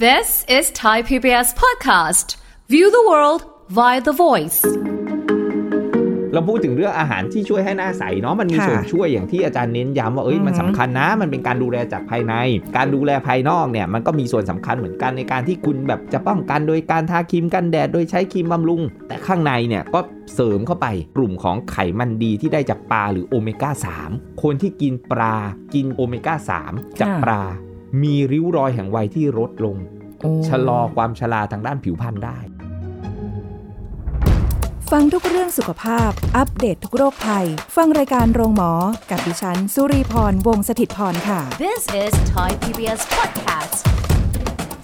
This is Thai PBS podcast. View the world via the voice. เราพูดถึงเรื่องอาหารที่ช่วยให้หน้าใสเนาะมันมี ค่ะ ส่วนช่วยอย่างที่อาจารย์เน้นย้ำว่าเอ้ย อือฮึ มันสำคัญนะ มันเป็นการดูแลจากภายใน การดูแลภายนอกเนี่ยมันก็มีส่วนสำคัญเหมือนกันในการที่คุณแบบจะป้องกันโดยการทาครีมกันแดดโดยใช้ครีมบำรุง แต่ข้างในเนี่ยก็เสริมเข้าไปกลุ่มของไขมันดีที่ได้จากปลาหรือโอเมก้า3คนที่กินปลากินโอเมก้า3จาก ค่ะ ปลา มีริ้วรอยแห่งวัยที่ลดลง โอ้ ชะลอความชราทางด้านผิวพรรณได้ ฟังทุกเรื่องสุขภาพ อัปเดตทุกโรคภัย ฟังรายการโรงหมอ กับดิฉัน สุรีพร วงศสถิตพรค่ะ This is Thai PBS podcast.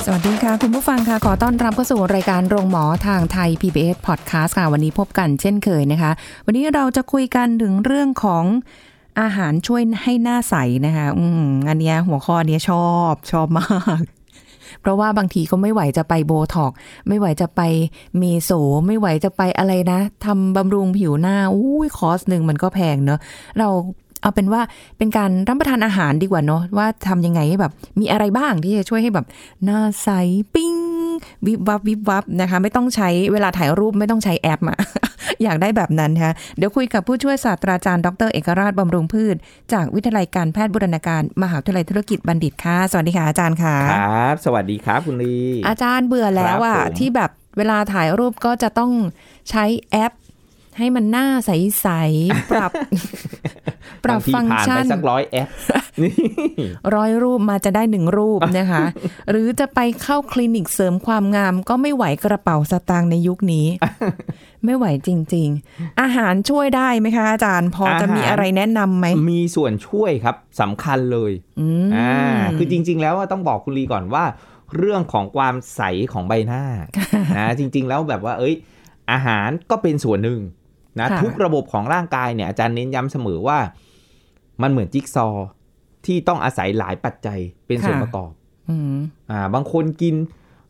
สวัสดีค่ะ คุณผู้ฟังค่ะ ขอต้อนรับเข้าสู่รายการโรงหมอทางไทย PBS Podcast ค่ะ วันนี้พบกันเช่นเคยนะคะ วันนี้เราจะคุยกันถึงเรื่องของอาหารช่วยให้หน้าใสนะคะอืมอันเนี้ยหัวข้อเนี้ยชอบชอบมาก เพราะว่าบางทีก็ไม่ไหวจะไปโบท็อกซ์ไม่ไหวจะไปเมโสไม่ไหวจะไปอะไรนะทำบำรุงผิวหน้าอุ้ยคอสหนึ่งมันก็แพงเนอะเราเอาเป็นว่าเป็นการรับประทานอาหารดีกว่าเนอะว่าทำยังไงให้แบบ มีอะไรบ้างที่จะช่วยให้แบบ หน้าใสปิ้ง วิบวับวิบวับนะคะ ไม่ต้องใช้เวลาถ่ายรูปไม่ต้องใช้แอปอะ อยากได้แบบนั้นนะคะเดี๋ยวคุยกับผู้ช่วยศาสตราจารย์ดรเอกราชบำรุงพืช จากวิทยาลัยการแพทย์บูรณาการมหาวิทยาลัยธุรกิจบัณฑิตค่ะสวัสดีค่ะอาจารย์ค่ะ ครับ สวัสดีครับคุณลี อาจารย์เบื่อแล้ว ค อะ รับผม ที่แบบเวลาถ่ายรูปก็จะต้องใช้แอป ให้มันหน้าใสๆป รับ ปรับฟังก์ชั บาน ทีผ่านไปสักร้อยแอป นี่ ร้อยรูปมาจะได้หนึ่งรูปนะคะ หรือจะไปเข้าคลินิกเสริมความงาม ก็ไม่ไหวกระเป๋าสตางค์ในยุค นี้ ไม่ไหวจริง ๆ อาหารช่วยได้ไหมคะอาจารย์พออา หาร จะมีอะไรแนะนำไหม มีส่วนช่วยครับสำคัญเลย อืม อ่าคือจริง ๆ แล้วอะต้องบอกคุณลีก่อนว่า เรื่องของความใสของใบ หน้านะจริง ๆ แล้วแบบว่า เอ้ย อาหารก็เป็นส่วนหนึ่งนะ ค่ะ ทุกระบบของร่างกายเนี่ยอาจารย์เน้นย้ำเสมอว่า มันเหมือนจิ๊กซอว์ที่ต้องอาศัยหลายปัจจัยเป็นส่วนประกอบ อืม อ่าบางคนกิน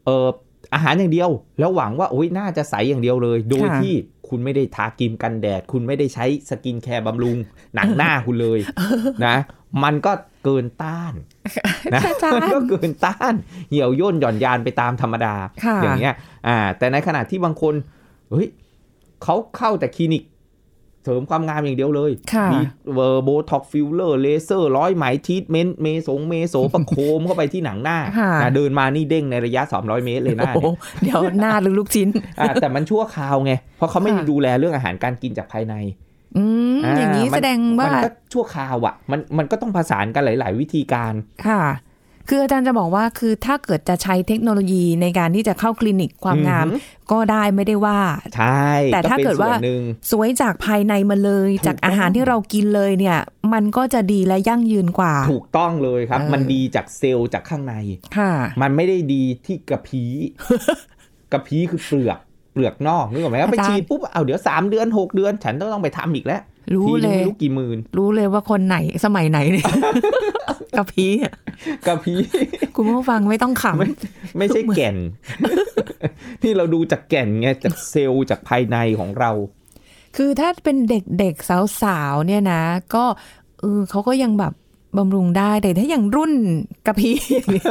เอ่ออาหารอย่างเดียว แล้วหวังว่าโอ้ยน่าจะใสอย่างเดียวเลย โดย ค่ะ ที่คุณไม่ได้ทาครีมกันแดด คุณไม่ได้ใช้สกินแคร์บำรุง หนังหน้าคุณเลยนะ มันก็เกิน ต้านนะ อาจาร มันก็ ย์ เกินต้านเหี่ยวย่นหย่อนยานไปตามธรรมดา ค่ะ อย่างเงี้ยอ่าแต่ในขณะที่บางคนเฮ้ยเขาเข้าแต่คลินิก เสริมความงามอย่างเดียวเลย ค่ะ มีเวอร์โบท็อกฟิลเลอร์เลเซอร์ร้อยไหมทีทเมนต์เมสงเมโสประโคมเข้าไปที่หนังหน้า ค่ะ อ่ะเดินมานี่เด้งในระยะ 200 เมตรเลยห โอ้ น้า โห เนี่ย เดี๋ยวหน้าหรือลูกชิ้น อ่ะแต่มันชั่วคราวไง เพราะเขาไม่ได้ ค่ะ ดูแลเรื่องอาหารการกินจากภายใน อืมอย่างนี้ มั แสดงว่า นก็ชั่วคราวอ่ะมันมันก็ต้องผสานกันหลาย ๆ วิธีการ ค่ะ คืออาจารย์จะบอกว่าคือถ้าเกิดจะใช้เทคโนโลยีในการที่จะเข้าคลินิกความงาม อือหื ก็ได้ไม่ได้ว่า ใช่ แต่ถ้า ป็น เกิดว่า ส่นหนึ่ง สวยจากภายในมาเลย ถูกต้อง จากอาหารที่เรากินเลยเนี่ย มันก็จะดีและยั่งยืนกว่า ถูกต้องเลยครับ เออ มันดีจากเซลล์จากข้างใน ค่ะ มันไม่ได้ดีที่กระพี้ กระพี้คือเปลือกเปลือกนอกนึกออกไหมครับไป อาจารย์ ฉีดปุ๊บเอาเดี๋ยวสามเดือนหกเดือน ฉันต้องต้องไปทำอีกแล้ว รู้ ทีนึ เล ง ย ไม่รู้กี่หมื่น รู้เลยว่าคนไหนสมัยไหนเนี่ย กระพี้อะ กระพี้ คุณผู้ฟังไม่ต้องข ไม่ ไม่ใช่แก่น ที่เราดูจากแก่นไงจากเซลล์จากภายในของเรา ำคือถ้าเป็นเด็กๆสาวๆเนี่ยนะ ก็เออเขาก็ยังแบบบำรุงได้แต่ถ้าอย่างรุ่นกระพี้อย่างเงี้ย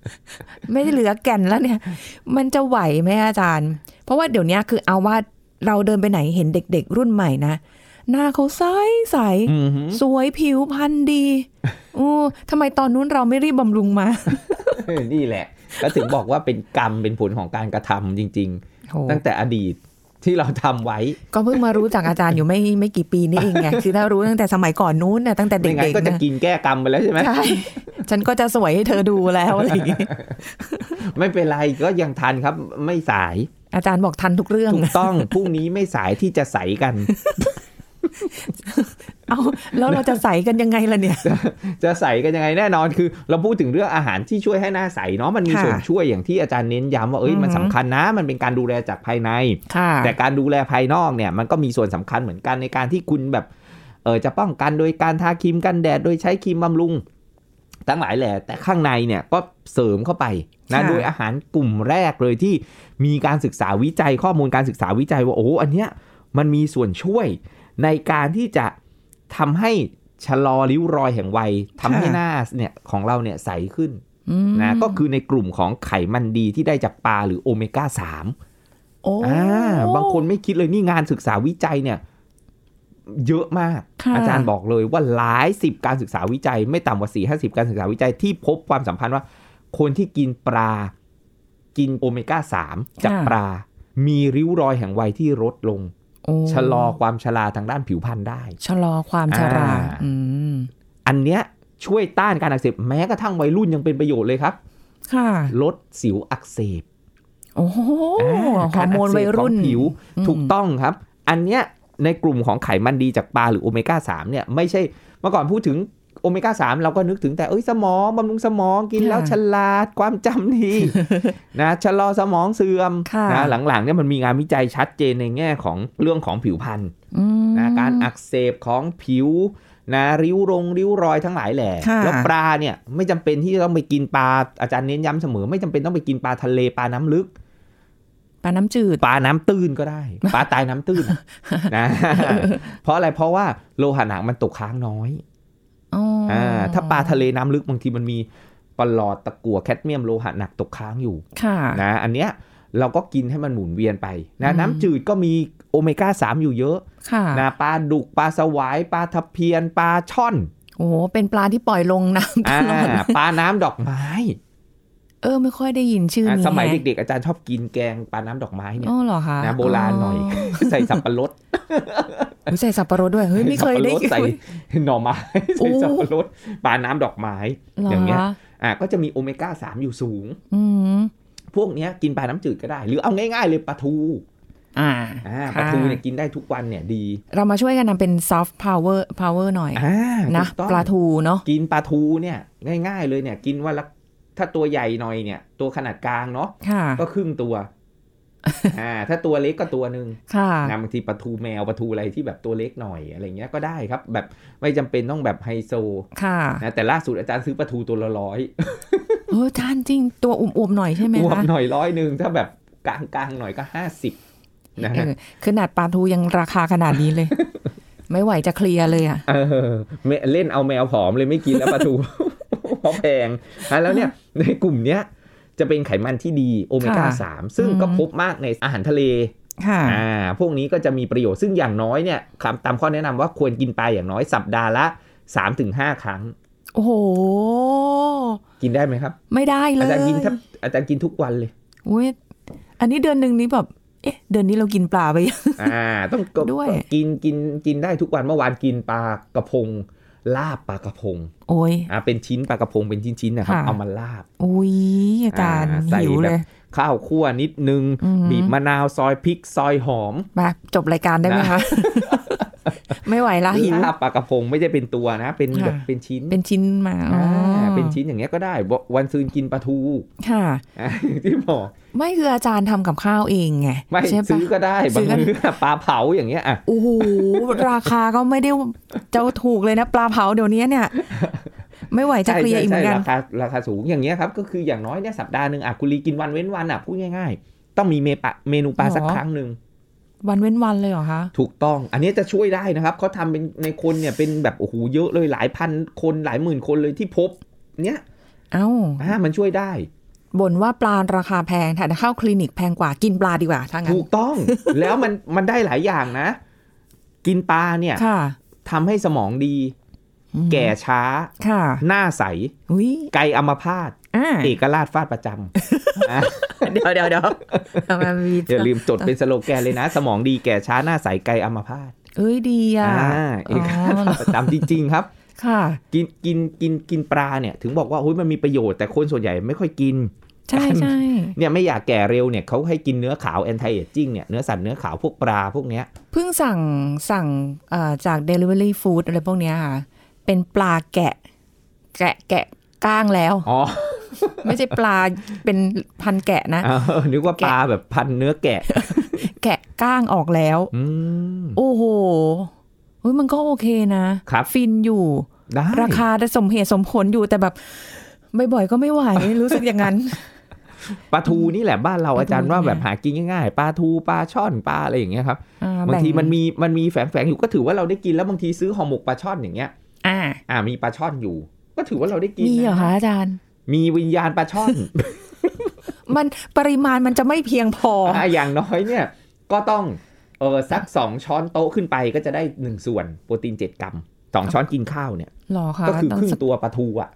ไม่เหลือแก่นแล้วเนี่ย มันจะไหวไหมอาจารย์ เพราะว่าเดี๋ยวเนี้ยคือเอาว่าเราเดินไปไหนเห็นเด็กๆ รุ่นใหม่นะ หน้าเขาใสใสๆ อือหือ สวยผิวพรรณดีอู้ทำไมตอนนู้นเราไม่รีบบำรุงมา นี่แหละ ก็ถึงบอกว่าเป็นกรรมเป็นผลของการกระทำจริง ๆ ตั้งแต่อดีตที่เราทำไว้ ก็เพิ่งมารู้จากอาจารย์อยู่ไม่ไม่กี่ปีนี่เองไง คือถ้ารู้ตั้งแต่สมัยก่อนนู้นน่ะตั้งแต่เด็ ไม่งั้น ก ก็ ๆ จะ นะ กินแก้กรรมไปแล้วใช่ไหม ใช่ ฉันก็จะสวยให้เธอดูแล้วอะไรอย่างงี้ ไม่เป็นไรก็ยังทันครับ ไม่สาย อาจารย์บอกทันทุกเรื่อง ถูกต้อง พรุ่งนี้ไม่สายที่จะใสกัน เอาแล้วเราจะใสกันยังไงล่ะเนี่ย จะใสกันยังไงแน่นอนคือ เราพูดถึงเรื่องอาหารที่ช่วยให้หน้าใสเนาะมันมี ค่ะ ส่วนช่วยอย่างที่อาจารย์เน้นย้ำว่าเอ้ย อือฮึ มันสำคัญนะ มันเป็นการดูแลจากภายใน ค่ะ แต่การดูแลภายนอกเนี่ยมันก็มีส่วนสำคัญเหมือนกันในการที่คุณแบบเออจะป้องกันโดยการทาครีมกันแดด โดยใช้ครีมบำรุงทั้งหลายแหละแต่ข้างในเนี่ยก็เสริมเข้าไปนะ ค่ะ โดยอาหารกลุ่มแรกเลยที่มีการศึกษาวิจัยข้อมูลการศึกษาวิจัยว่าโอ้อันเนี้ยมันมีส่วนช่วยในการที่จะทำให้ชะลอริ้วรอยแห่งวัยทำให้หน้าเนี่ยของเราเนี่ยใสขึ้น อืม นะก็คือในกลุ่มของไขมันดีที่ได้จากปลาหรือโอเมก้า โอ้ 3อ่าบางคนไม่คิดเลยนี่งานศึกษาวิจัยเนี่ย เยอะมาก ค่ะ อาจารย์บอกเลยว่าหลายสิบการศึกษาวิจัย ไม่ต่ำกว่าสี่ห้าสิบการศึกษาวิจัยที่พบความสัมพันธ์ว่า คนที่กินปลา กินโอเมก้า3จากปลา มีริ้วรอยแห่งวัยที่ลดลง โอ้ ชะลอความชราทางด้านผิวพรรณได้ ชะลอความชรา อ่า อืม อันเนี้ยช่วยต้านการอักเสบแม้กระทั่งวัยรุ่นยังเป็นประโยชน์เลยครับ ค่ะ ลดสิวอักเสบ โอ้โห า ฮอร์โมนวัยรุ่น การอักเสบของผิว อืม ถูกต้องครับ อันเนี้ยในกลุ่มของไขมันดีจากปลาหรือโอเมก้า3เนี่ยไม่ใช่เมื่อก่อนพูดถึงโอเมก้า3เราก็นึกถึงแต่เอ้ยสมองบำรุงสมองกินแล้วฉลาดความจำ ดี นะชะลอสมองเสื่อม ค่ะ นะหลังๆเนี่ยมันมีงานวิจัยชัดเจนในแง่ของเรื่องของผิวพรรณ อืม นะการอักเสบของผิวนะริ้วรงริ้วรอยทั้งหลายแหล่ ค่ะ แล้วปลาเนี่ยไม่จำเป็นที่จะต้องไปกินปลาอาจารย์เน้นย้ำเสมอ ไม่จำเป็นต้องไปกินปลาทะเลปลาน้ำลึก ปลาน้ำจืด ปลาน้ำตื้นก็ ได้ ปลาตายน้ำตื้นนะ เพราะอะไรเพราะว่าโลหะหนักมันตกค้างน้อย อ๋ออ อ่าถ้าปลาทะเลน้ำลึกบางทีมันมีปลอดตะกั่วแคดเมียมโลหะหนักตกค้างอยู่ ค่ะ นะอันเนี้ยเราก็กินให้มันหมุนเวียนไปนะ อืม น้ำจืดก็มีโอเมก้า3อยู่เยอะ ค่ะ นะปลาดุกปลาสวายปลาทะเพียนปลาช่อน โอ้โหเป็นปลาที่ปล่อยลงน้ำต อ่า ลอด ปลาน้ำดอกไม้ เออ ไม่ค่อยได้ยินชื่อ อ่ะ นี้ สมัย แฮะ เด็กๆ อาจารย์ชอบกินแกงปลาน้ำดอกไม้เนี่ย อ๋อเหรอคะ นะโบราณหน่อย ใส่สับปะรด อุ๊ยใส่สับปะรดด้วย เฮ้ย ไม่เคยได้ยิน ใส่สับปะรดใส่หน่อไม้ โอ้ ใส่สับปะรดปลาน้ำดอกไม้ ห ร อย่างเงี้ย อ่ะก็จะมีโอเมก้า3อยู่สูง อืม พวกเนี้ยกินปลาน้ำจืดก็ได้ หรือเอาง่ายๆเลยปลาทู อ่า อ่าป ค่ะ ลาทูเนี่ยกินได้ทุกวันเนี่ยดี เรามาช่วยกันทำเป็นซอฟต์พาวเวอร์พาวเวอร์หน่อย อ่า นะ ถูกต้อง ปลาทูเนาะ กินปลาทูเนี่ยง่าย ๆ เลยเนี่ย กินวันละถ้าตัวใหญ่หน่อยเนี่ย ตัวขนาดกลางเนาะ ค่ะ ก็ครึ่งตัวอ่าถ้าตัวเล็กก็ตัวหนึ่ง ค่ะ นะบางทีปลาทูแมวปลาทูอะไรที่แบบตัวเล็กหน่อยอะไรเงี้ยก็ได้ครับ แบบไม่จำเป็นต้องแบบไฮโซ ค่ะ นะแต่ล่าสุดอาจารย์ซื้อปลาทูตัวละร้อย เออจานจริง ตัวอุ่มๆหน่อยใช่ไหม รวม คะ หน่อยร้อยหนึ่งถ้าแบบกลางๆหน่อยก็ห้าสิบนะ เอ ฮะ อขนาดปลาทูยังราคาขนาดนี้เลย ไม่ไหวจะเคลียร์เลยอ่ะ เออเมเล่นเอาแมวผอมเลยไม่กินแล้วปลาทู เพราะแพงอ่ะแล้วเนี่ย ในกลุ่มเนี้ยจะเป็นไขมันที่ดีโอเมก้า ค่ะ สามซึ่งก็ อืม พบมากในอาหารทะเล ค่ะ อ่า พวกนี้ก็จะมีประโยชน์ ซึ่งอย่างน้อยเนี่ยคำตามข้อแนะนำว่าควรกินปลาอย่างน้อยสัปดาห์ละ 3-5 ครั้ง โอ้โห กินได้ไหมครับ ไม่ได้เล อาย จารย์กินแทบอาจารย์กินทุกวันเลย อุ้ยอันนี้เดือนหนึ่งนี้แบบ เอ๊ะ เดือนนี้เรากินปลาไปยัง อ่า ต้องก็ ด้วย ก็กินกินกินได้ทุกวัน เมื่อวานกินปลากระพง ลาบปลากระพง โอ้ย อ่า เป็นชิ้นปลากระพงเป็นชิ้นๆนะครับ ค่ะ เอามาลาบ อุ้ยอาจารย์ อ่าใส่ หิแบวบ เลย ข้าวคั่วนิดนึง อืม บีบมะนาวซอยพริกซอยหอม มาจบรายการได้ไหม นะ คะ ไม่ไหวละหิว ลาบปลากระพงไม่ใช่เป็นตัวนะ เป็น ค่ะ แบบเป็นชิ้น เป็นชิ้นมาอ๋ออ อ่าเป็นชิ้นอย่างเงี้ยก็ได้ววันซืนกินปลาทู ค่ะ อ่า ที่บอก ไม่คืออาจารย์ทำกับข้าวเองไง ไม่ ใช่ปะ ซื้อก็ได้ ซื้ บาง อก็ มื้อ ปลาเผาอย่างเงี้ยอ่ะ โอ้โห ราคาก็ไม่ได้เจ้าถูกเลยนะ ปลาเผาเดี๋ยวนี้เนี่ย ไม่ไหวจะ ใช่ เคลียร์อีกเหมื ใช่ อนรากันคาราคาสูงอย่างเงี้ยครับ ก็คืออย่างน้อยเนี่ยสัปดาห์หนึ่งอ่ะคุณลีกินวันเว้นวันอ่ะพูดง่ายๆ ต้องมีเมปะเมนูปลา หรอ สักครั้งหนึ่ง วันเว้นวันเลยเหรอคะ ถูกต้อง อันนี้จะช่วยได้นะครับเขาทำเป็นในคนเนี่ยเป็นแบบโอ้โหเยอะเลยหลายพันคนหลายหมื่นคนเลยที่พบ เนี่ย เอ้า อ่ะมันช่วยได้ บ่นว่าปลาราคาแพงแต่ถ้าเข้าคลินิกแพงกว่ากินปลาดีกว่าถ้างั้น ถูกต้อง แล้วมันมันได้หลายอย่างนะ กินปลาเนี่ย ค่ะ ทำให้สมองดี อืม แก่ช้า ค่ะ หน้าใส อุ้ย ไกลอัมพาต อ่า เอกราชฟาดประจำอ่ะ เดี๋ยวเดี๋ยวเดี๋ยวมันมี อย่าลืมจดเป็นสโลแกนเลยนะ สมองดีแก่ช้าหน้าใสไกลอัมพาต เอ้ยดีอ่ะ อ่าเอก อ๋อเหรอ ประจำจริง ๆ ครับ ค่ะ กินกินกินกินปลาเนี่ย ถึงบอกว่าโอ้ยมันมีประโยชน์แต่คนส่วนใหญ่ไม่ค่อยกิน ใช่ใช่ เนี่ยไม่อยากแก่เร็วเนี่ยเขาให้กินเนื้อขาวแอนตี้เอจิ้งเนี่ยเนื้อสัตว์เนื้อขาวพวกปลาพวกเนี้ย เพิ่งสั่งสั่งเอ่อจาก Delivery Food อะไรพวกเนี้ยค่ะ เป็นปลาแกะ แกะแกะก้างแล้ว อ๋ อ ไม่ใช่ปลาเป็นพันแกะนะ เออนึกว่าปลาแบบพันเนื้อแกะ แกะก้างออกแล้ว อืม โอ้โหเฮ้ยมันก็โอเคนะครับ ฟินอยู่ ได้ ราคาแต่สมเหตุสมผลอยู่แต่แบบบ่อยๆก็ ไม่ไหวรู้สึกอย่างนั้น ปลาทูนี่แหละบ้านเรา ปลาทู อาจารย์ว่า เนี่ย แบบหากินง่ายๆปลาทูปลาช่อนปลาอะไรอย่างเงี้ยครับ อ่ บาง แบ่ ทีมันมีมันมีแฝงๆอยู่ก็ถือว่าเราได้กินแล้วบางทีซื้อห่อหมกปลาช่อนอย่างเงี้ย อ่า อ่ามีปลาช่อนอยู่ ก็ถือว่าเราได้กิน มีเหรอ นะ คะอาจารย์ มีวิญญาณปลาช่อน มันปริมาณมันจะไม่เพียงพอ อ่ะอย่างน้อยเนี่ยก็ต้องเออสักสองช้อนโต๊ะขึ้นไปก็จะได้หนึ่งส่วนโปรตีนเจ็ดกรัมสองช้อนกินข้าวเนี่ย หรอคะ ก็คือ ต้ ครึ่ง สัก ตัวปลาทูอ่ะ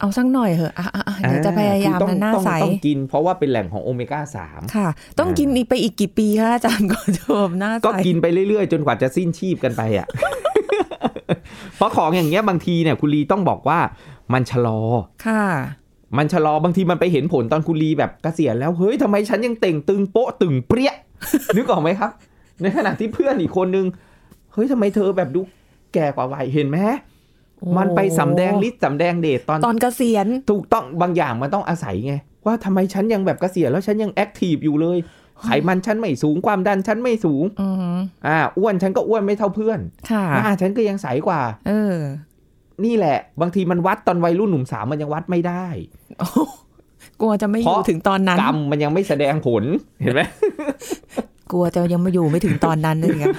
เอาสักหน่อยเหอะอ่ะอ่ะอ่ะเดี๋ยวจะพยายาม คือต้อง นะหน้า ต้อง ใส ต้องกินเพราะว่าเป็นแหล่งของโอเมก้าสาม ค่ะ ต้อง อ่า กินอีกไปอีกกี่ปีคะอาจารย์ก่อนจะแบบหน้าใส ก็กินไปเรื่อยๆ จนกว่าจะสิ้นชีพกันไปอ่ะ เพราะของอย่างเงี้ยบางทีเนี่ยคุณลีต้องบอกว่ามันชะลอ ค่ะ มันชะลอบางทีมันไปเห็นผลตอนคุณลีแบบเกษียณแล้วเฮ้ยทำไมฉันยังเต่งตึงโป๊ะตึงเปรี้ย นึกออกไหมครับ ในขณะที่เพื่อนอีกคนนึงเฮ้ยทำไมเธอแบบดูแก่กว่าวัยเห็นไหมมันไปสำแดงฤทธิ์สำแดงเดชตอน ตอนเกษียณ ถูกต้องบางอย่างมันต้องอาศัยไง ว่าทำไมฉันยังแบบเกษียณแล้วฉันยังแอคทีฟอยู่เลยไขมันฉันไม่สูงความดันฉันไม่สูง อืม อ่าอ้วนฉันก็อ้วนไม่เท่าเพื่อน ค่ะ หน้าฉันก็ยังใสกว่า เออ นี่แหละ บางทีมันวัดตอนวัยรุ่นหนุ่มสาวมันยังวัดไม่ได้ โอ้กลัวจะไม่อ เพ ยู่ ราะ ถึงตอนนั้น กรรมมันยังไม่แสดงผลเห็นไหม กลัวจะยังไม่อยู่ไม่ถึงตอนนั้นเลยค่ะ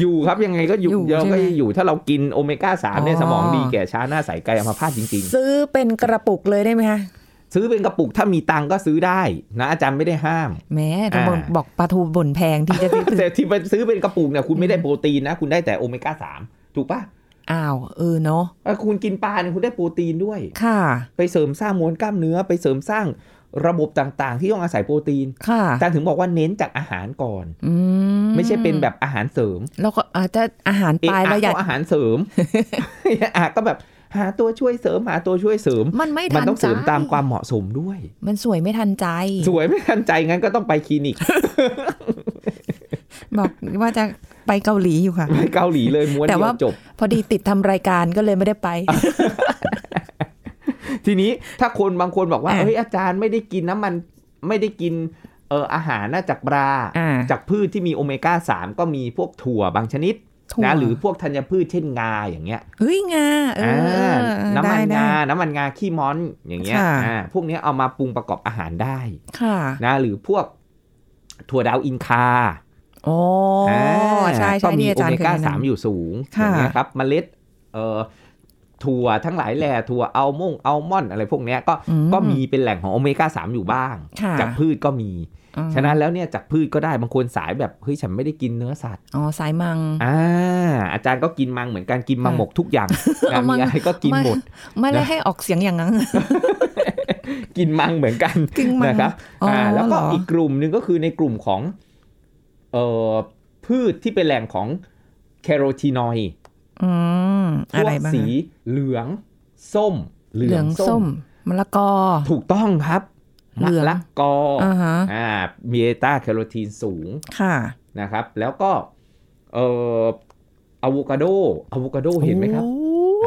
อยู่ครับยังไงก็อยู่ อยู่ เราก็ ใช่ไหม อยู่ถ้าเรากินโอเมก้าสามเนี่ย อ๋อ สมองดีแก่ช้าหน้าใสไกลอัมพ าตจริง ซื้อเป็นกระปุกเลยได้ไหมคะ ๆ ซื้อเป็นกระปุกถ้ามีตังค์ก็ซื้อได้นะอาจารย์ไม่ได้ห้าม แหม่ทุกคน อ่า บอกปลาทูบ่นแพงที่จะซื้อ ถึง แต่ที่ไปซื้อเป็นกระปุกเนี่ยคุณไม่ได้โปรตีนนะ คุณได้แต่โอเมก้าสามถูกปะ อ้าว เออเนาะ เอ่ะคุณกินปลาเนี่ยคุณได้โปรตีนด้วย ค่ะ ไปเสริมสร้างมวลกล้ามเนื้อไปเสริมสร้างระบบต่างๆ ที่ต้องอาศัยโปรตีน ค่ะ อาจารย์ถึงบอกว่าเน้นจากอาหารก่อน อืม ไม่ใช่เป็นแบบอาหารเสริม แล้วก็อาจจะอาหาร เอะ ตาย อะ แล้วอยาก ก็อาหารเสริม อะก็แบบหาตัวช่วยเสริมหาตัวช่วยเสริม มันไม่ มั ทั น น ต้อง ใจ เสริมตามความเหมาะสมด้วย มันสวยไม่ทันใจ สวยไม่ทันใจงั้นก็ต้องไปคลินิก บอกว่าจะไปเกาหลีอยู่ค่ะ ไปเกาหลีเลยม้วน แต่ เดีย ว่า วจบ พอดีติดทำรายการก็เลยไม่ได้ไป ทีนี้ถ้าคนบางคนบอกว่า อ่ะ เฮ้ยอาจารย์ไม่ได้กินน้ำมันไม่ได้กินเอ่ออาหารนะจากปลา อ่า จากพืชที่มีโอเมก้า 3 ก็มีพวกถั่วบางชนิด ถั่ว นะหรือพวกธัญพืชเช่นงาอย่างเงี้ย เฮ้ยงาเออเออเออ น้ำมัน ได้ได้ งา น้ำมันงาขี้ม้อนอย่างเงี้ย ค่ะ อ่าพวกเนี้ยเอามาปรุงประกอบอาหารได้ ค่ะ นะหรือพวกถั่วดาวอินคา โอ้ า ใช่ ก็ ใช่ มี ที่อา โอ จาร เม ย์เคย ก้า แนะ สาม นำ อยู่สูงอ ค่ะ ย่างเงี้ยครับเมล็ดเอ่อถั่วทั้งหลายแหล่ถั่วอัลมงอัลมอนด์อะไรพวกเนี้ยก็ อื ก็มีเป็นแหล่งของโอเมก้าสามอยู่บ้าง ค่ะ จากพืชก็มี อืม ฉะนั้นแล้วเนี่ยจากพืชก็ได้บางคนสายแบบเฮ้ยฉันไม่ได้กินเนื้อสัตว์ อ๋อสายมัง อ่าอาจารย์ก็กินมังเหมือนกันกินมังหมกทุกอย่างงาน มัง มีอะไรก็กินหมด ไม่ได้ นะ ให้ออกเสียงอย่างนั้น กินมังเหมือนกัน กินมัง นะครับ อ๋ออ่ าแล้วก็ เหรออี อีกกลุ่มหนึ่งก็คือในกลุ่มของเอ่อพืชที่เป็นแหล่งของแคโรทีนอยด์ อืม พ อะ ว ไร ก บ้าง สีเหลือง ส้ม เหลืองส้ม มะละกอ ถูกต้องครับ เหลือง มะละกอ อ่าฮะ อ่ามีเบต้าแคโรทีนสูง ค่ะ นะครับ แล้วก็เอ่ออะโวคาโดอะโวคาโดเห็นไหมครับ โอ้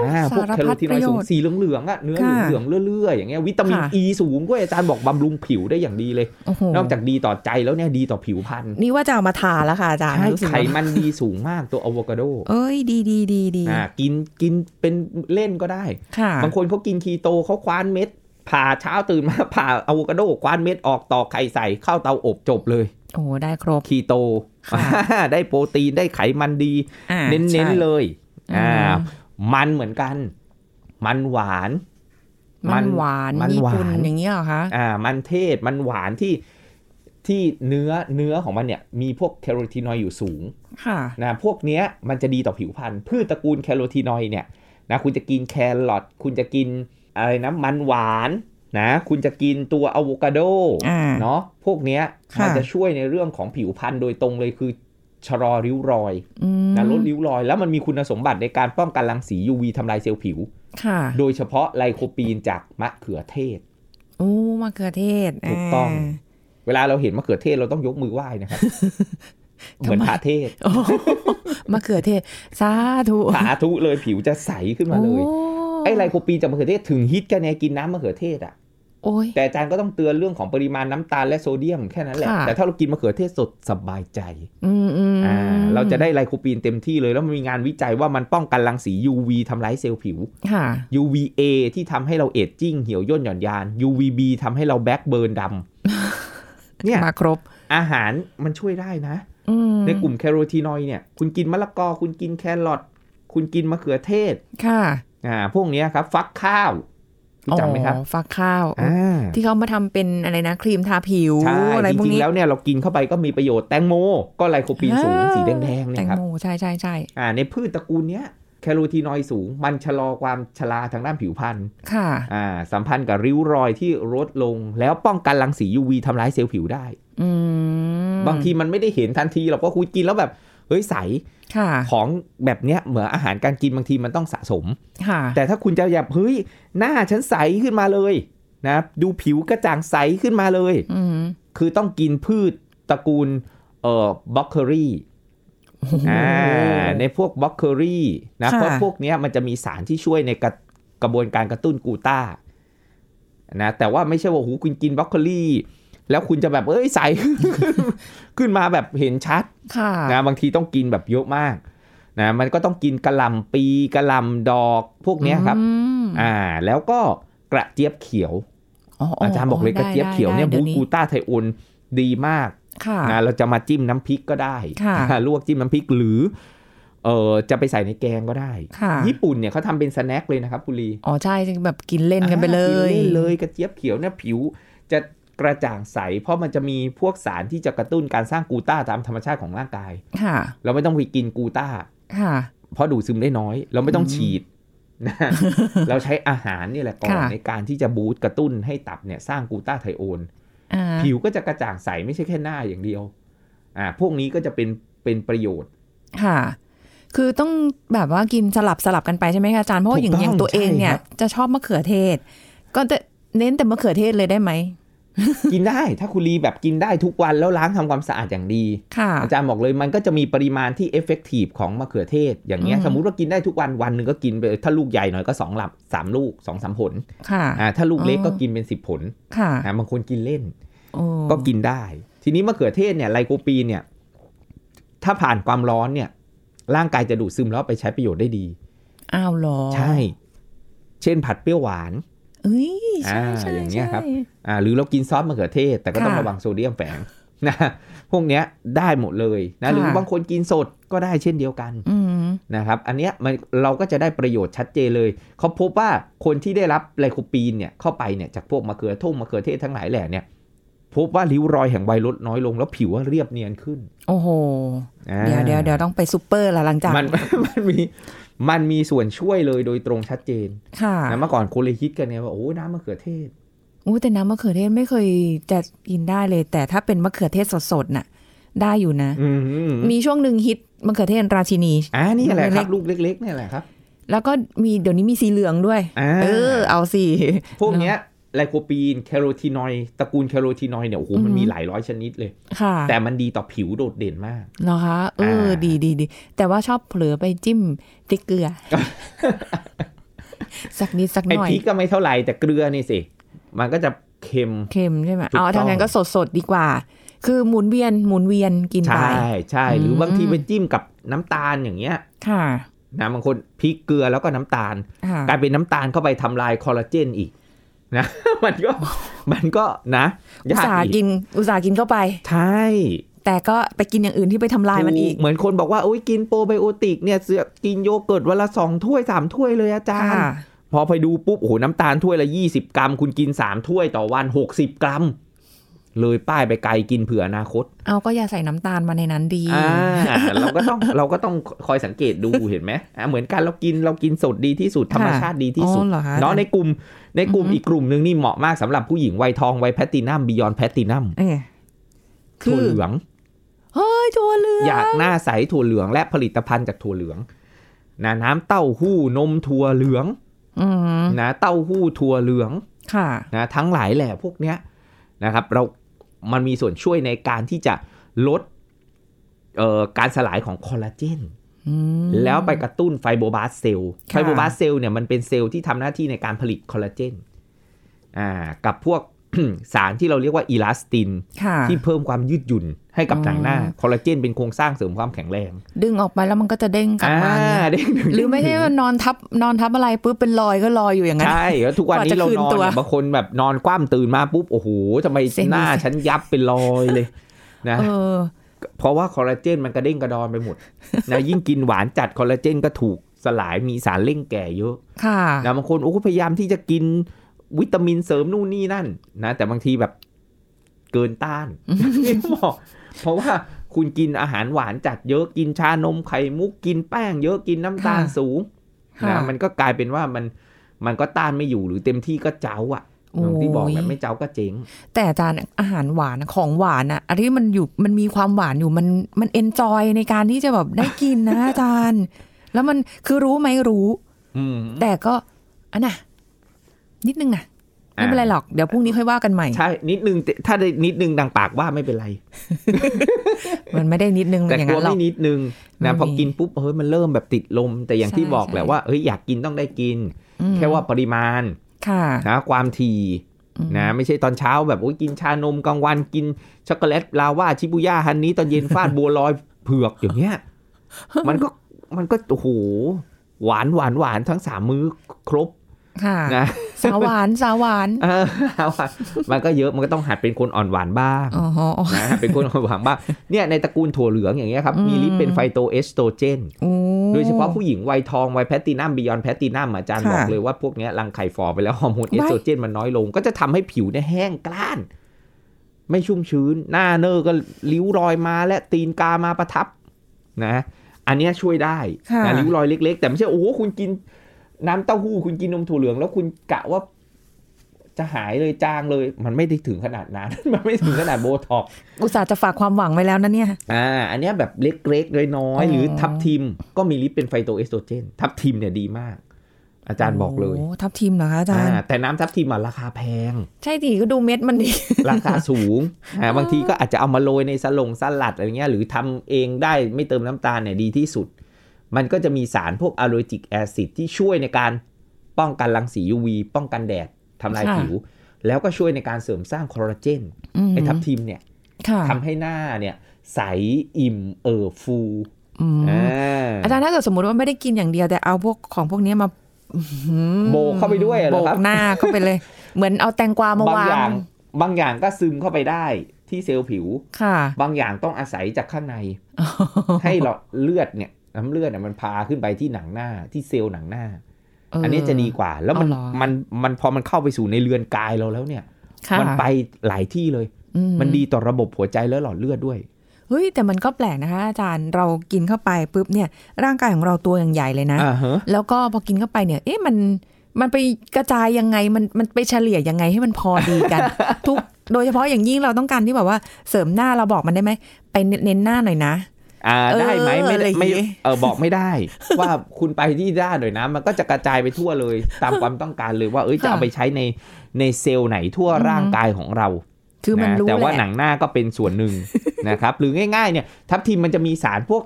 อ่าพวก สาร แคโร พัด ทีน ป อยระด์ โย สูง ชน์ สีเหลืองๆอะเนื้อ ค่ะ เหลืองๆเลื่อยๆอย่างเงี้ยวิตามิน ค่ะ อีสูงด้วยอาจารย์บอกบำรุงผิวได้อย่างดีเลย โอ้โห นอกจากดีต่อใจแล้วเนี่ยดีต่อผิวพรรณ นี่ว่าจะเอามาทาแล้วค่ะอาจารย์ ใช่ รู้สึก ไข ว่า มันดีสูงมากตัวอะโวคาโด เอ้ยดีดีดีดี อ่ากินกินเป็นเล่นก็ได้ ค่ะ บางคนเขากินคีโตเขาคว้านเม็ด ผ่าเช้าตื่นมา ผ่าอะโวคาโดคว้านเม็ดออกตอกไข่ใส่เข้าเตาอบจบเลย โอ้โหได้ครบ คีโต ค่ะ ได้โปรตีนได้ไขมันดี อ่า เน้น ใช่ ๆเลย อืม อ่ามันเหมือนกัน มันหวาน มันหวาน มัน ญี่ หวา ปุ่น น อย่างเงี้ยเหรอคะ อ่ามันเทศมันหวานที่ที่เนื้อเนื้อของมันเนี่ยมีพวกแคโรทีนอยด์อยู่สูง ค่ะ นะพวกเนี้ยมันจะดีต่อผิวพรรณพืชตระกูลแคโรทีนอยด์เนี่ยนะคุณจะกินแครอทคุณจะกินอะไรนะมันหวานนะคุณจะกินตัวอะโวคาโด อ่า เนาะพวกเนี้ย ค่ะ มันจะช่วยในเรื่องของผิวพรรณโดยตรงเลยคือชะลอริ้วรอย อืม นะลดริ้วรอย แล้วมันมีคุณสมบัติในการป้องกันรังสี UV ทำลายเซลล์ผิว ค่ะ โดยเฉพาะไลโคปีนจากมะเขือเทศ โอ้มะเขือเทศ ถูกต้อง า เวลาเราเห็นมะเขือเทศเราต้องยกมือไหว้นะครับ เหมือน ทำไม พระเทศ โอ้ มะเขือเทศสาธุ สาธุเลยผิวจะใสขึ้นมาเลย โอ้ ไอ้ไลโคปีนจากมะเขือเทศถึงฮิตกันเนี่ยกินน้ำมะเขือเทศอ่ะ โอ้ย แต่อาจารย์ก็ต้องเตือนเรื่องของปริมาณน้ำตาลและโซเดียมแค่นั้นแหละ ค่ะ แต่ถ้าเรากินมะเขือเทศสดสบายใจ อืมอืม อ่าเราจะได้ไลโคปีนเต็มที่เลยแล้วมันมีงานวิจัยว่ามันป้องกันรังสี UV ทำร้ายเซลล์ผิว ค่ะ UVA ที่ทำให้เราเอจจิ้งเหี่ยวย่นหย่อนยาน UVB ทำให้เราแบล็คเบิร์นด ำ เนี่ย มาครบ อาหารมันช่วยได้นะ อืม ในกลุ่มแคโรทีนอยด์เนี่ยคุณกินมะละกอคุณกินแครอทคุณกินมะเขือเทศ ค่ะ อ่าพวกเนี้ยครับฟักข้าว รู้จักไหมครับ อ๋อฟักข้าว อ่า ที่เขามาทำเป็นอะไรนะครีมทาผิว ใช่ อะไร จ พวก ริง นี้ ๆแล้วเนี่ยเรากินเข้าไปก็มีประโยชน์แตงโม ก็ไลโคปีนสูงสีแดงๆ แต เนี่ย ง ครับ โมใช่ใช่ใช่ อ่าในพืชตระกูลเนี้ยแคโรทีนอยด์สูง มันชะลอความชราทางด้านผิวพรรณ ค่ะ อ่าสัมพันธ์กับริ้วรอยที่ลดลง แล้วป้องกันรังสี UV ทำร้ายเซลล์ผิวได้ อืม บางทีมันไม่ได้เห็นทันทีหรอกว่าคุณกินแล้วแบบเฮ้ยใส ค่ะ ของแบบเนี้ยเหมือนอาหารการกินบางทีมันต้องสะสม ค่ะ แต่ถ้าคุณจะแบบเฮ้ยหน้าฉันใสขึ้นมาเลยนะดูผิวกระจ่างใสขึ้นมาเลย อืม คือต้องกินพืชตระกูลเอ่อบล็อกเคอรี่อ่าในพวกบล็อกเคอรี่นะเพราะพวกเนี้ยมันจะมีสารที่ช่วยในกระกระบวนการกระตุ้นกลูต้านะแต่ว่าไม่ใช่ว่าหูคุณกินบล็อกเคอรี่ แล้วคุณจะแบบเอ้ยใส ขึ้นมาแบบเห็นชัด ค่ะ นะบางทีต้องกินแบบเยอะมากนะมันก็ต้องกินกระหลำปีกระหลำดอกพวกเนี้ยครับ อืม อ่าแล้วก็กระเจี๊ยบเขียว อาจารย์บอกเลยกระเจี๊ยบเขียวเนี่ย ได้ บู ได้ กูต้าไทโอนดีมาก ค่ะ นะเราจะมาจิ้มน้ำพริกก็ได้ ค่ะ นะ ลวกจิ้มน้ำพริกหรือเออจะไปใส่ในแกงก็ได้ ค่ะ ญี่ปุ่นเนี่ยเขาทำเป็นสแน็คเลยนะครับปุรี อ๋อใช่จะแบบกินเล่นกันไปเล อ่าย กินได้เลยกระเจี๊ยบเขียวเนี่ยผิวจะกระจ่างใส เพราะมันจะมีพวกสารที่จะกระตุ้นการสร้างกลูต้าตามธรรมชาติของร่างกาย ค่ะ เราไม่ต้องไปกินกลูต้า ค่ะ เพราะดูดซึมได้น้อย เราไม่ต้องฉีดนะ เราใช้อาหารนี่แหละก่อน ค่ะ ในการที่จะบูตกระตุ้นให้ตับเนี่ยสร้างกลูตาไทโอน อ่า ผิวก็จะกระจ่างใสไม่ใช่แค่หน้าอย่างเดียว อ่า พวกนี้ก็จะเป็นเป็นประโยชน์ ค่ะ คือต้องแบบว่ากินสลับสลับกันไปใช่ไหมคะอาจารย์เพราะว่า ถู อก ย่าง ต้อง อย่างตัวเองเนี่ย ใช่ครับ จะชอบมะเขือเทศ ก็จะเน้นแต่มะเขือเทศเลยได้ไหม กินได้ถ้าคุณลีแบบกินได้ทุกวันแล้วล้างทำความสะอาดอย่างดี ค่ะ อาจารย์บอกเลยมันก็จะมีปริมาณที่เอฟเฟกตีฟของมะเขือเทศ อย่างเงี้ย อืม สมมุติว่ากินได้ทุกวันวันหนึ่งก็กินไปถ้าลูกใหญ่หน่อยก็สองหลับสามลูกสองสามผล ค่ะ อ่าถ้าลูกเล็กก็ อ๋อ กินเป็นสิบผล ค่ะ อ่าบางคนกินเล่น โอ้ ก็กินได้ ทีนี้มะเขือเทศเนี่ยไลโคปีนเนี่ย ถ้าผ่านความร้อนเนี่ย ร่างกายจะดูดซึมแล้วเอาไปใช้ประโยชน์ได้ดี อ้าวเหรอ ใช่ เช่นผัดเปรี้ยวหวาน เอ้ยใช่ อ่า ใช่ อย่างเงี้ยครับ ใช่ อ่าหรือเรากินซอสมะเขือเทศ แต่ก็ต้อง ค่ะ ระวังโซเดียมแฝง นะพวกเนี้ยได้หมดเลยนะ ค่ะ หรือบางคนกินสดก็ได้เช่นเดียวกัน อืม นะครับอันเนี้ยมันเราก็จะได้ประโยชน์ชัดเจนเลยเขาพบว่าคนที่ได้รับไลโคปีนเนี่ยเข้าไปเนี่ยจากพวกมะเขือท่งมะเขือเทศทั้งหลายแหล่เนี่ย พบว่าริ้วรอยแห่งวัยลดน้อยลงแล้วผิวว่าเรียบเนียนขึ้น โอ้โห อ่า เดี๋ยวเดี๋ยวเดี๋ยวต้องไปซูเปอร์ละหลังจาก มัน มันมีมันมีส่วนช่วยเลยโดยตรงชัดเจน ค่ะ นะเมื่อก่อนคนเลยคิดกันเนี่ยว่าโอ้ยน้ำมะเขือเทศ อู้แต่น้ำมะเขือเทศไม่เคยจะกินได้เลย แต่ถ้าเป็นมะเขือเทศสดๆน่ะ ได้อยู่นะ อืม มีช่วงหนึ่งฮิตมะเขือเทศราชินี อ่านี่แหละครับ เล็ก ลูกเล็กๆเนี่ยแหละครับ แล้วก็มีเดี๋ยวนี้มีสีเหลืองด้วย อ่า เออ เอาสิ พวกเนี้ยไลโคปีนแคโรทีนอยด์ตระกูลแคโรทีนอยด์เนี่ยโอ้โหมัน อือฮึ มีหลายร้อยชนิดเลย ค่ะ แต่มันดีต่อผิวโดดเด่นมาก เหรอคะเออ อ่า ดีดีดีแต่ว่าชอบเผลอไปจิ้มพริกเกลือ สักนิดสักห ไอ้ น่อย พริกก็ไม่เท่าไหร่แต่เกลือนี่สิ มันก็จะเค็ม เค็มใช่ไหม ถูก เอา ต้อ ทาง งนั้นก็สดสดๆดีกว่า คือหมุนเวียนหมุนเวียนกินไป ใช่ใช่หรืออ ม บางทีไปจิ้มกับน้ำตาลอย่างเงี้ย ค่ะ นะบางคนพริกเกลือแล้วก็น้ำตาล ค่ะ กลายเป็นน้ำตาลเข้าไปทำลายคอลลาเจนอีกนะ มันก็มันก็นะ อุต ยาก สาห์ อี กิ ก นอุตสาห์กินเข้าไป ใช่ แต่ก็ไปกินอย่างอื่นที่ไปทำลายมันอีก ถูเหมือนคนบอกว่าโอ้ยกินโปรไบโอติกเนี่ยเสือกกินโยเกิร์ตวันละสองถ้วยสามถ้วยเลยอาจารย์ ค่ะ พอไปดูปุ๊บโอ้โหน้ำตาลถ้วยละ 20 กรัม คุณกิน 3 ถ้วยต่อวัน 60 กรัม เลยป้ายไปไกลกินเผื่ออนาคต เอาก็อย่าใส่น้ำตาลมาในนั้นดี อ่าเราก็ต้อง เราก็ต้องคอยสังเกตดูเห็นไหมอ่าเหมือนกันเรากินเรากินสดดีที่สุดธรรมชาติดีที่สุด อ๋อเหรอคะ เนาะในกลุ่มในกลุ่มอีกกลุ่มหนึ่งนี่เหมาะมากสำหรับผู้หญิงวัยทองวัยแพตตินัมบียอนแพตตินัม เออคื ถั่ว อ เหลือง เฮ้ยถั่วเหลือง อยากหน้าใสถั่วเหลืองและผลิตภัณฑ์จากถั่วเหลืองนะน้ำเต้าหู้นมถั่วเหลือง อืม นะเต้าหู้ถั่วเหลือง ค่ะ นะทั้งหลายแหล่พวกเนี้ยนะครับ เรา มันมีส่วนช่วยในการที่จะลดเอ่อการสลายของคอลลาเจน อืม แล้วไปกระตุ้นไฟโบบาสเซลล์ ค่ะ ไฟโบบาสเซลล์เนี่ยมันเป็นเซลล์ที่ทำหน้าที่ในการผลิตคอลลาเจนอ่ากับพวก สารที่เราเรียกว่าอีลาสติน ค่ะ ที่เพิ่มความยืดหยุ่นให้กับ อ๋อ หนังหน้า คอลลาเจนเป็นโครงสร้างเสริมความแข็งแรง ดึงออกไปแล้วมันก็จะเด้งกลับมาอย่างเงี้ย เด้งดึง หรือไม่ใช่ว่านอนทับนอนทับอะไรปุ๊บเป็นรอยก็ลอยอยู่อย่างนั้น ใช่แล้วทุกวัน กว่า นี้ จะ เรา คืน นอน ตัว เนี่ยบางคนแบบนอนคว่ำตื่นมาปุ๊บ โอ้โหทำไม เส้น หน้า เส้น ฉันยับเป็นรอยเลยนะ เออ เพราะว่าคอลลาเจนมันกระเด้งกระดอนไปหมดนะยิ่งกินหวานจัดคอลลาเจนก็ถูกสลายมีสารเร่งแก่เยอะ ค่ะ นะบางคนโอ้โหพยายามที่จะกิน วิตามินเสริมนู่นนี่นั่นนะแต่บางทีแบบเกินต้าน ไม่เหมาะเพราะว่าคุณกินอาหารหวานจัดเยอะกินชานมไข่มุกกินแป้ง เยอะกินน้ำตาล ค่ะ สูง ค่ะ นะมันก็กลายเป็นว่ามันมันก็ต้านไม่อยู่หรือเต็มที่ก็เจ้าอ่ะอย่างที่บอกแบ โอ้ บ ย ไม่เจ้าก็เจ๊ง แต่อาจารย์อาหารหวานอะของหวานอะอันที่มันอยู่มันมีความหวานอยู่มันมันเอนจอยในการที่จะแบบได้กินนะ อาจารย์ แล้วมันคือรู้ไหมรู้ อืม แต่ก็อันน่ะ นิดนึงนะไม่เป็นไรหรอกเดี๋ยวพรุ่งนี้ค่อยว่ากันใหม่ ใช่นิดนึงแต่ถ้าได้นิดนึงดังปากว่าไม่เป็นไร มันไม่ได้นิดนึง แต่ อย่าง กลั นั้ วน หรอ ไม่ ก นิดนึงนะ ไม่ พอ มี กินปุ๊บเฮ้ยมันเริ่มแบบติดลม แต่อย่าง ใช่ ที่บอก ใช่ แหละว่าเฮ้ยอยากกินต้องได้กิน อืม แค่ว่าปริมาณ ค่ะ นะความถี่ อืม นะไม่ใช่ตอนเช้าแบบโอ้ยกินชานมกลางวันกินช็อกโกแลตลาว่าชิบุย่าฮันนี้ตอนเย็นฟาด บัวลอยเผือกอย่างเงี้ย มันก็มันก็โอ้โหหวานหวานหวานทั้งสามมื้อครบ ค่ะ นะ สาวหวานสาวหวาน เออมันก็เยอะมันก็ต้องหัดเป็นคนอ่อนหวานบ้าง อ๋ออ๋อ นะฮะเป็นคนความหวังบ้างเนี่ยในตระกูลถั่วเหลืองอย่างเงี้ยครับ อืม มีลิปเป็นไฟโตเอสโตรเจน โอ้ โดยเฉพาะผู้หญิงวัยทอง วัยแพลตตินัมบิยอนแพลตตินัมอาจารย์ ค่ะ บอกเลยว่าพวกเนี้ยรังไข่ฝ่อไปแล้ว ฮอร์โมนเอสโตรเจนมันน้อยลง ก็จะทำให้ผิวเนี่ยแห้งกล้าน ไม่ชุ่มชื้น หน้าเนอก็ริ้วรอยมาและตีนกามาประทับนะ อันเนี้ยช่วยได้ ค่ะ นะริ้วรอยเล็ก ๆ แต่ไม่ใช่โอ้โหคุณกินน้ำเต้าหู้คุณกินนมถั่วเหลือง แล้วคุณกะว่าจะหายเลยจางเลย มันไม่ได้ถึงขนาดนั้น มันไม่ถึงขนาดโบท็อกซ์ อุตส่าห์จะฝากความหวังไว้แล้วนะเนี่ย อ่า อันเนี้ยแบบเล็กๆน้อย อ๋อ ๆหรือทับทิมก็มีลิปเป็นไฟโตเอสโตรเจน ทับทิมเนี่ยดีมาก อาจารย์บอกเลย โอ้ทับทีมเหรอคะอาจา อ่าร ย์ แต่น้ำทับทิมอ่ะราคาแพง ใช่ดิก็ดูเม็ดมันดิ ราคาสูง อ่าบางทีก็อาจจะเอามาโรยในสลงสลัดอะไรเงี้ยหรือทำเองได้ไม่เติมน้ำตาลเนี่ยดีที่สุด มันก็จะมีสารพวกอะโลจิกแอซิดที่ช่วยในการป้องกันรังสี UV ป้องกันแดดทำลายผิว แล้วก็ช่วยในการเสริมสร้างคอลลาเจนไอ้ทับทิมเนี่ย ค่ะ ทำให้หน้าเนี่ยใสอิ่มเอ่อฟู อืม อ่า อาจารย์ถ้าเกิดสมมติว่าไม่ได้กินอย่างเดียวแต่เอาพวกของพวกเนี้ยมา โบกเข้าไปด้วยเห โบ รอก ครับ หน้าเข้าไปเลย เหมือนเอาแตงกวามา บาง วา อย่าง งบางอย่างก็ซึมเข้าไปได้ที่เซลล์ผิว ค่ะ บางอย่างต้องอาศัยจากข้างใน ให้หลอดเลือดเนี่ยน้ำเลือดเนี่ยมันพาขึ้นไปที่หนังหน้าที่เซลล์หนังหน้า เ อันนี้จะดีกว่า แล้วมัน เอาเหรอ มันมันพอมันเข้าไปสู่ในเรือนกายเราแล้วเนี่ย ค่ะ มัไปหลายที่เลย อื มันดีต่อระบบหัวใจและหลอดเลือดด้วย เฮ้ยแต่มันก็แปลกนะคะ อาจารย์เรากินเข้าไปปุ๊บเนี่ย ร่างกายของเราตัวอย่างใหญ่เลยนะ อ่าฮะ แล้วก็พอกินเข้าไปเนี่ย เอ๊ะมันมันไปกระจายยังไงมันมันไปเฉลี่ยยังไงให้มันพอดี กัน ทุกโดยเฉพาะอย่างยิ่งเราต้องการที่แบบว่าเสริมหน้าเราบอกมันได้ไหมไปเน้นหน้าหน่อยนะ อ่า เออ ได้ไหมไม่ อะไร ได้ อย่าง ไม่ งี้ เออบอกไม่ได้ ว่าคุณไปที่ด้านหน่อยนะ มันก็จะกระจายไปทั่วเลย ตามความต้องการเลยว่าเอ้ยจะเอาไปใช้ในในเซลล์ไหนทั่วร่างกายของเรา คือมัน นะ รู้ แต่ แห ว่า ละ หนังหน้าก็เป็นส่วนหนึ่ง นะครับ หรือง่ายๆเนี่ย ทับทิมมันจะมีสารพวก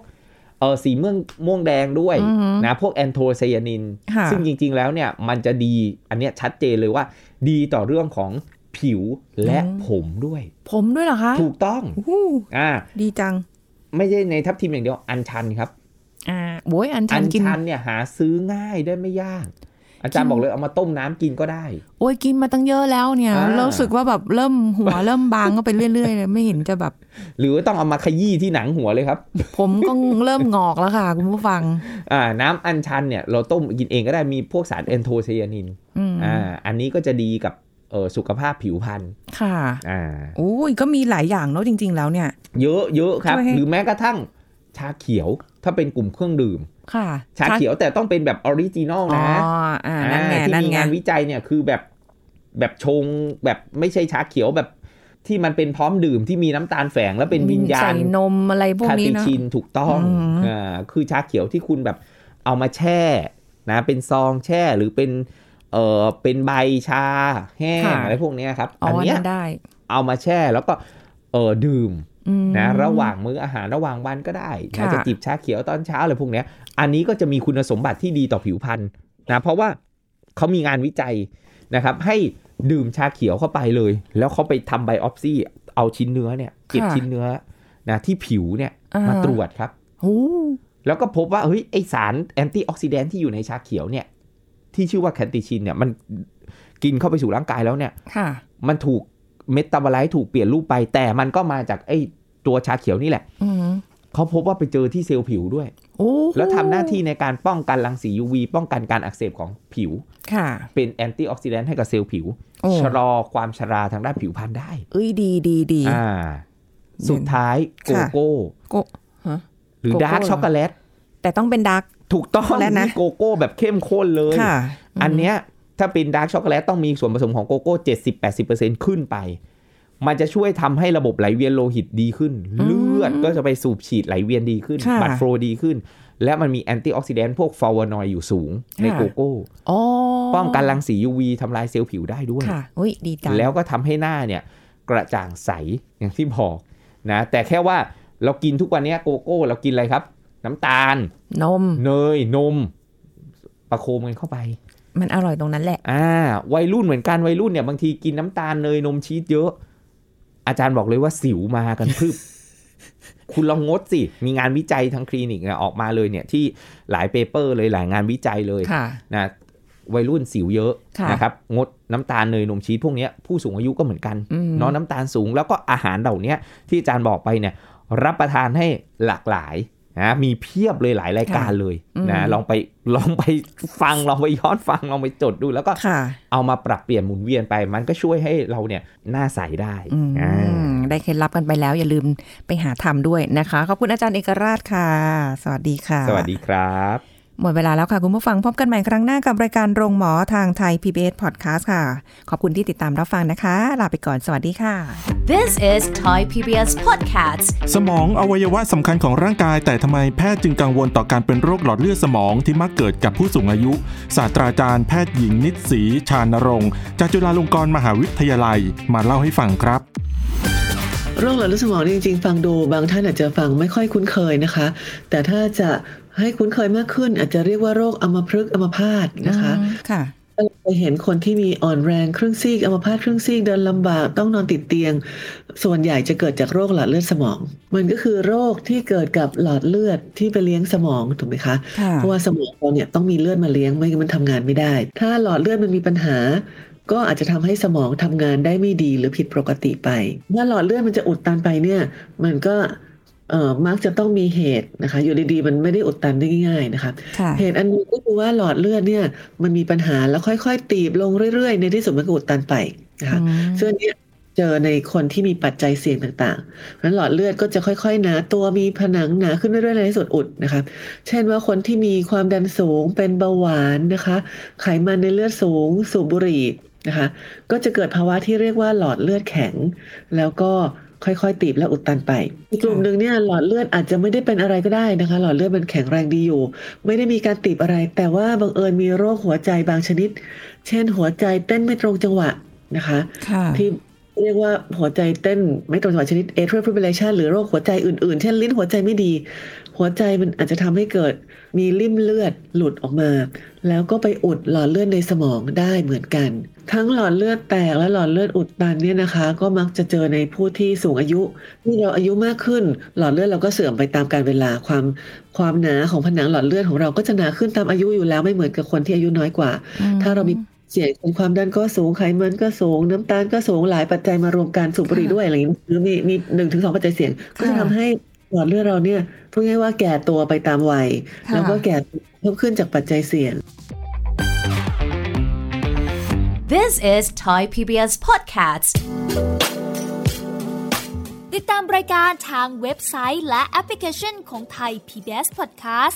เออสีม่วงม่วงแดงด้วย อือหือ นะพวกแอนโทไซยานิน ค่ะ ซึ่งจริงๆแล้วเนี่ยมันจะดีอันเนี้ยชัดเจนเลยว่า ดีต่อเรื่องของผิวและ อืม ผมด้วย ผมด้วยเหรอคะ ถูกต้อง หู้ อ่า ดีจัง ไม่ใช่ในทับทิมอย่างเดียวอัญชันครับ อ่าโว้ยอันชั อั น น กิน ชันเนี่ยหาซื้อง่ายได้ไม่ยาก อาจาร กิ ย์ น บอกเลยเอามาต้มน้ำกินก็ได้ โอ้ยกินมาตั้งเยอะแล้วเนี่ย อ่า เรารู้สึกว่าแบบเริ่มหัว เริ่มบางก็ไปเรื่อยๆเลยไม่เห็นจะแบบ หรือต้องเอามาขยี้ที่หนังหัวเลยครับ ผมก็เริ่มงอกแล้วค่ะ คุณผู้ฟัง อ่าน้ำอัญชันเนี่ยเราต้มกินเองก็ได้มีพวกสารแอนโทไซยานิน อืม อ่าอันนี้ก็จะดีกับเออสุขภาพผิวพรรณ ค่ะ อ่า โอ้ยก็มีหลายอย่างเนอะจริง ๆ แล้วเนี่ย เยอะเยอะครับ ช่วยให้ หรือแม้กระทั่งชาเขียวถ้าเป็นกลุ่มเครื่องดื่ม ค่ะ ชาเขียวแต่ต้องเป็นแบบออริจินอล อ๋อ นะ อ่านั่นไง ที่ นั่น มี ไง งานวิจัยเนี่ยคือแบบแบบชงแบบไม่ใช่ชาเขียวแบบที่มันเป็นพร้อมดื่มที่มีน้ำตาลแฝงและเป็นวิญญาณ ใส่นมอะไรพวก คา นี้ ติ เนอะ ชินถูกต้อง อืม อ่าคือชาเขียวที่คุณแบบเอามาแช่นะเป็นซองแช่หรือเป็นเออเป็นใบชาแห้งอะไรพวกเนี้ยครับ อ๋อ อัน อัน เนี้ย นั้นได้ เอามาแช่แล้วก็เออดื่ม อืม นะระหว่างมื้ออาหารระหว่างวันก็ได้นะ ค่ะ จะจิบชาเขียวตอนเช้าอะไรพวกเนี้ยอันนี้ก็จะมีคุณสมบัติที่ดีต่อผิวพรรณนะเพราะว่าเขามีงานวิจัยนะครับ ให้ดื่มชาเขียวเข้าไปเลย แล้วเขาไปทำไบออปซี่เอาชิ้นเนื้อเนี่ยเก็บชิ้นเนื้อนะที่ผิวเนี่ยมาตรวจครับ โอ้ แล้วก็พบว่าเฮ้ยไอสารแอนตี้ออกซิแดนต์ที่อยู่ในชาเขียวเนี่ย ที่ชื่อว่าแคนติชินเนี่ยมันกินเข้าไปสู่ร่างกายแล้วเนี่ย ค่ะ มันถูกเมตาบอไลซ์ถูกเปลี่ยนรูปไป แต่มันก็มาจากไอตัวชาเขียวนี่แหละ อืม เขาพบว่าไปเจอที่เซลล์ผิวด้วย โอ้ แล้วทำหน้าที่ในการป้องกันรังสี UV ป้องกันการอักเสบของผิว ค่ะ เป็นแอนตี้ออกซิแดนต์ให้กับเซลล์ผิว โอ้ ชะลอความชราทางด้านผิวพรรณได้ เอ้ยดีดีดี อ่าสุดท้ายโก ค่ะ โก้ โกะฮะ หรือ โกโก้ ดาร์ก เหรอ ช็อกโกแลต แต่ต้องเป็นดัก ถูกต้อง ช็อกโกแลตนะ มีโกโก้แบบเข้มข้นเลย ค่ะ อันเนี้ยถ้าเป็นดาร์กช็อกโกแลตต้องมีส่วนผสมของโกโก้เจ็ดสิบแปดสิบเปอร์เซ็นขึ้นไป มันจะช่วยทำให้ระบบไหลเวียนโลหิตดีขึ้น เลือดก็จะไปสูบฉีดไหลเวียนดีขึ้น ค่ะ บัตรโฟลดีขึ้น และมันมีแอนตี้ออกซิแดนต์พวกฟลาววนอยด์อยู่สูงใน ค่ะ โกโก้ อ๋อ ป้องกันรังสี UV ทำลายเซลล์ผิวได้ด้วย ค่ะอุ้ยดีจัง แล้วก็ทำให้หน้าเนี่ยกระจ่างใสอย่างที่บอกนะแต่แค่ว่าเรากินทุกวันเนี้ยโกโก้ เรากินอะไรครับ น้ำตาล นม เนยนม ประโคมกันเข้าไป มันอร่อยตรงนั้นแหละ อ่า วัยรุ่นเหมือนกันวัยรุ่นเนี่ยบางทีกินน้ำตาลเนยนมชีสเยอะ อาจารย์บอกเลยว่าสิวมากันพรึบ คุณลองงดสิ มีงานวิจัยทางคลินิกเนี่ยออกมาเลยเนี่ยที่หลายเปเปอร์เลยหลายงานวิจัยเลย ค่ะ นะวัยรุ่นสิวเยอะ ค่ะ นะครับงดน้ำตาลเนยนมชีสพวกเนี้ยผู้สูงอายุก็เหมือนกัน อืม เน้องน้ำตาลสูงแล้วก็อาหารเหล่าเนี้ยที่อาจารย์บอกไปเนี่ย รับประทานให้หลากหลายนะมีเพียบเลยหลายรายการเลยนะลองไปลองไปฟังลองไปย้อนฟังลองไปจดดูแล้วก็ ค่ะ เอามาปรับเปลี่ยนหมุนเวียนไป มันก็ช่วยให้เราเนี่ยหน้าใสได้ อืม อ่า ได้เคล็ดลับกันไปแล้ว อย่าลืมไปหาทำด้วยนะคะ ขอบคุณอาจารย์เอกราชค่ะ สวัสดีค่ะ สวัสดีครับ หมดเวลาแล้วค่ะ คุณผู้ฟังพบกันใหม่ครั้งหน้ากับรายการโรงหมอทางไทย PBS Podcast ค่ะ ขอบคุณที่ติดตามรับฟังนะคะ ลาไปก่อนสวัสดีค่ะ This is Thai PBS Podcast. สมองอวัยวะสำคัญของร่างกาย แต่ทำไมแพทย์จึงกังวลต่อการเป็นโรคหลอดเลือดสมองที่มักเกิดกับผู้สูงอายุ ศาสตราจารย์แพทย์หญิงนิตศรีชานรงค์จากจุฬาลงกรณ์มหาวิทยาลัยมาเล่าให้ฟังครับ โรคหลอดเลือดสมองนี่จริงๆ ฟังดูบางท่านอาจจะฟังไม่ค่อยคุ้นเคยนะคะ แต่ถ้าจะให้คุ้นเคยมากขึ้น อาจจะเรียกว่าโรคอัมพฤกษ์อัมพาตนะคะ อืมค่ะ เราไปเห็นคนที่มีอ่อนแรงครึ่งซีกอัมพาตครึ่งซีกเดินลำบากต้องนอนติดเตียง ส่วนใหญ่จะเกิดจากโรคหลอดเลือดสมอง มันก็คือโรคที่เกิดกับหลอดเลือดที่ไปเลี้ยงสมองถูกไหมคะ ค่ะ เพราะว่าสมองเราเนี่ยต้องมีเลือดมาเลี้ยงไม่งั้นมันทำงานไม่ได้ ถ้าหลอดเลือดมันมีปัญหา ก็อาจจะทำให้สมองทำงานได้ไม่ดีหรือผิดปกติไปเมื่อหลอดเลือดมันจะอุดตันไปเนี่ยมันก็เอ่อมักจะต้องมีเหตุนะคะ อยู่ดีๆมันไม่ได้อุดตันได้ง่ายๆนะคะ ค่ะ เหตุอันหนี้ก็คือว่าหลอดเลือดเนี่ยมันมีปัญหาแล้วค่อยๆ ตีบลงเรื่อยๆ ในที่สุดมันก็อุดตันไปนะคะ อืม ซึ่งอันเนี้ยเจอในคนที่มีปัจจัยเสี่ยงต่างๆเพราะฉะนั้นหลอดเลือดก็จะค่อยๆหนาตัวมีผนังหนาขึ้นเรื่อยๆในที่สุดอุดนะคะ เช่นว่าคนที่มีความดันสูงเป็นเบาหวานนะคะ ไขมันในเลือดสูงสูบบุหรี่นะคะ ก็จะเกิดภาวะที่เรียกว่าหลอดเลือดแข็ง แล้วก็ค่อยๆตีบและอุดตันไปอีกกลุ่มหนึ่งเนี่ยหลอดเลือดอาจจะไม่ได้เป็นอะไรก็ได้นะคะ หลอดเลือดมันแข็งแรงดีอยู่ ไม่ได้มีการตีบอะไร แต่ว่าบังเอิญมีโรคหัวใจบางชนิด เช่นหัวใจเต้นไม่ตรงจังหวะนะคะ ค่ะ ที่เรียกว่าหัวใจเต้นไม่ตรงจังหวะชนิด atrial fibrillation หรือโรคหัวใจอื่นๆ เช่นลิ้นหัวใจไม่ดี หัวใจมันอาจจะทำให้เกิดมีริ่มเลือดหลุดออกมา แล้วก็ไปอุดหลอดเลือดในสมองได้เหมือนกัน ทั้งหลอดเลือดแตกและหลอดเลือดอุดตันเนี่ยนะคะ ก็มักจะเจอในผู้ที่สูงอายุที่เราอายุมากขึ้น หลอดเลือดเราก็เสื่อมไปตามกาลเวลาความความหนาของผนังหลอดเลือดของเราก็จะหนาขึ้นตามอายุอยู่แล้วไม่เหมือนกับคนที่อายุน้อยกว่า ถ้าเรามีเสี่ยงเป็นความดันก็สูงไขมันก็สูง น้ำตาลก็สูงหลายปัจจัยมารวมกันสูบบุหรี่ด้วยอะไรอย่างนี้หรือมีมีหนึ่งถึงสองปัจจัยเสี่ยง ก็จะ ค่ะ ทำให้หลอดเลือดเราเนี่ยพูดง่ายๆว่าแก่ตัวไปตามวัย ค่ะ แล้วก็แก่เพิ่มขึ้นจากปัจจัยเสี่ยง This is Thai PBS Podcast. ติดตามรายการทางเว็บไซต์และแอปพลิเคชันของไทย PBS Podcast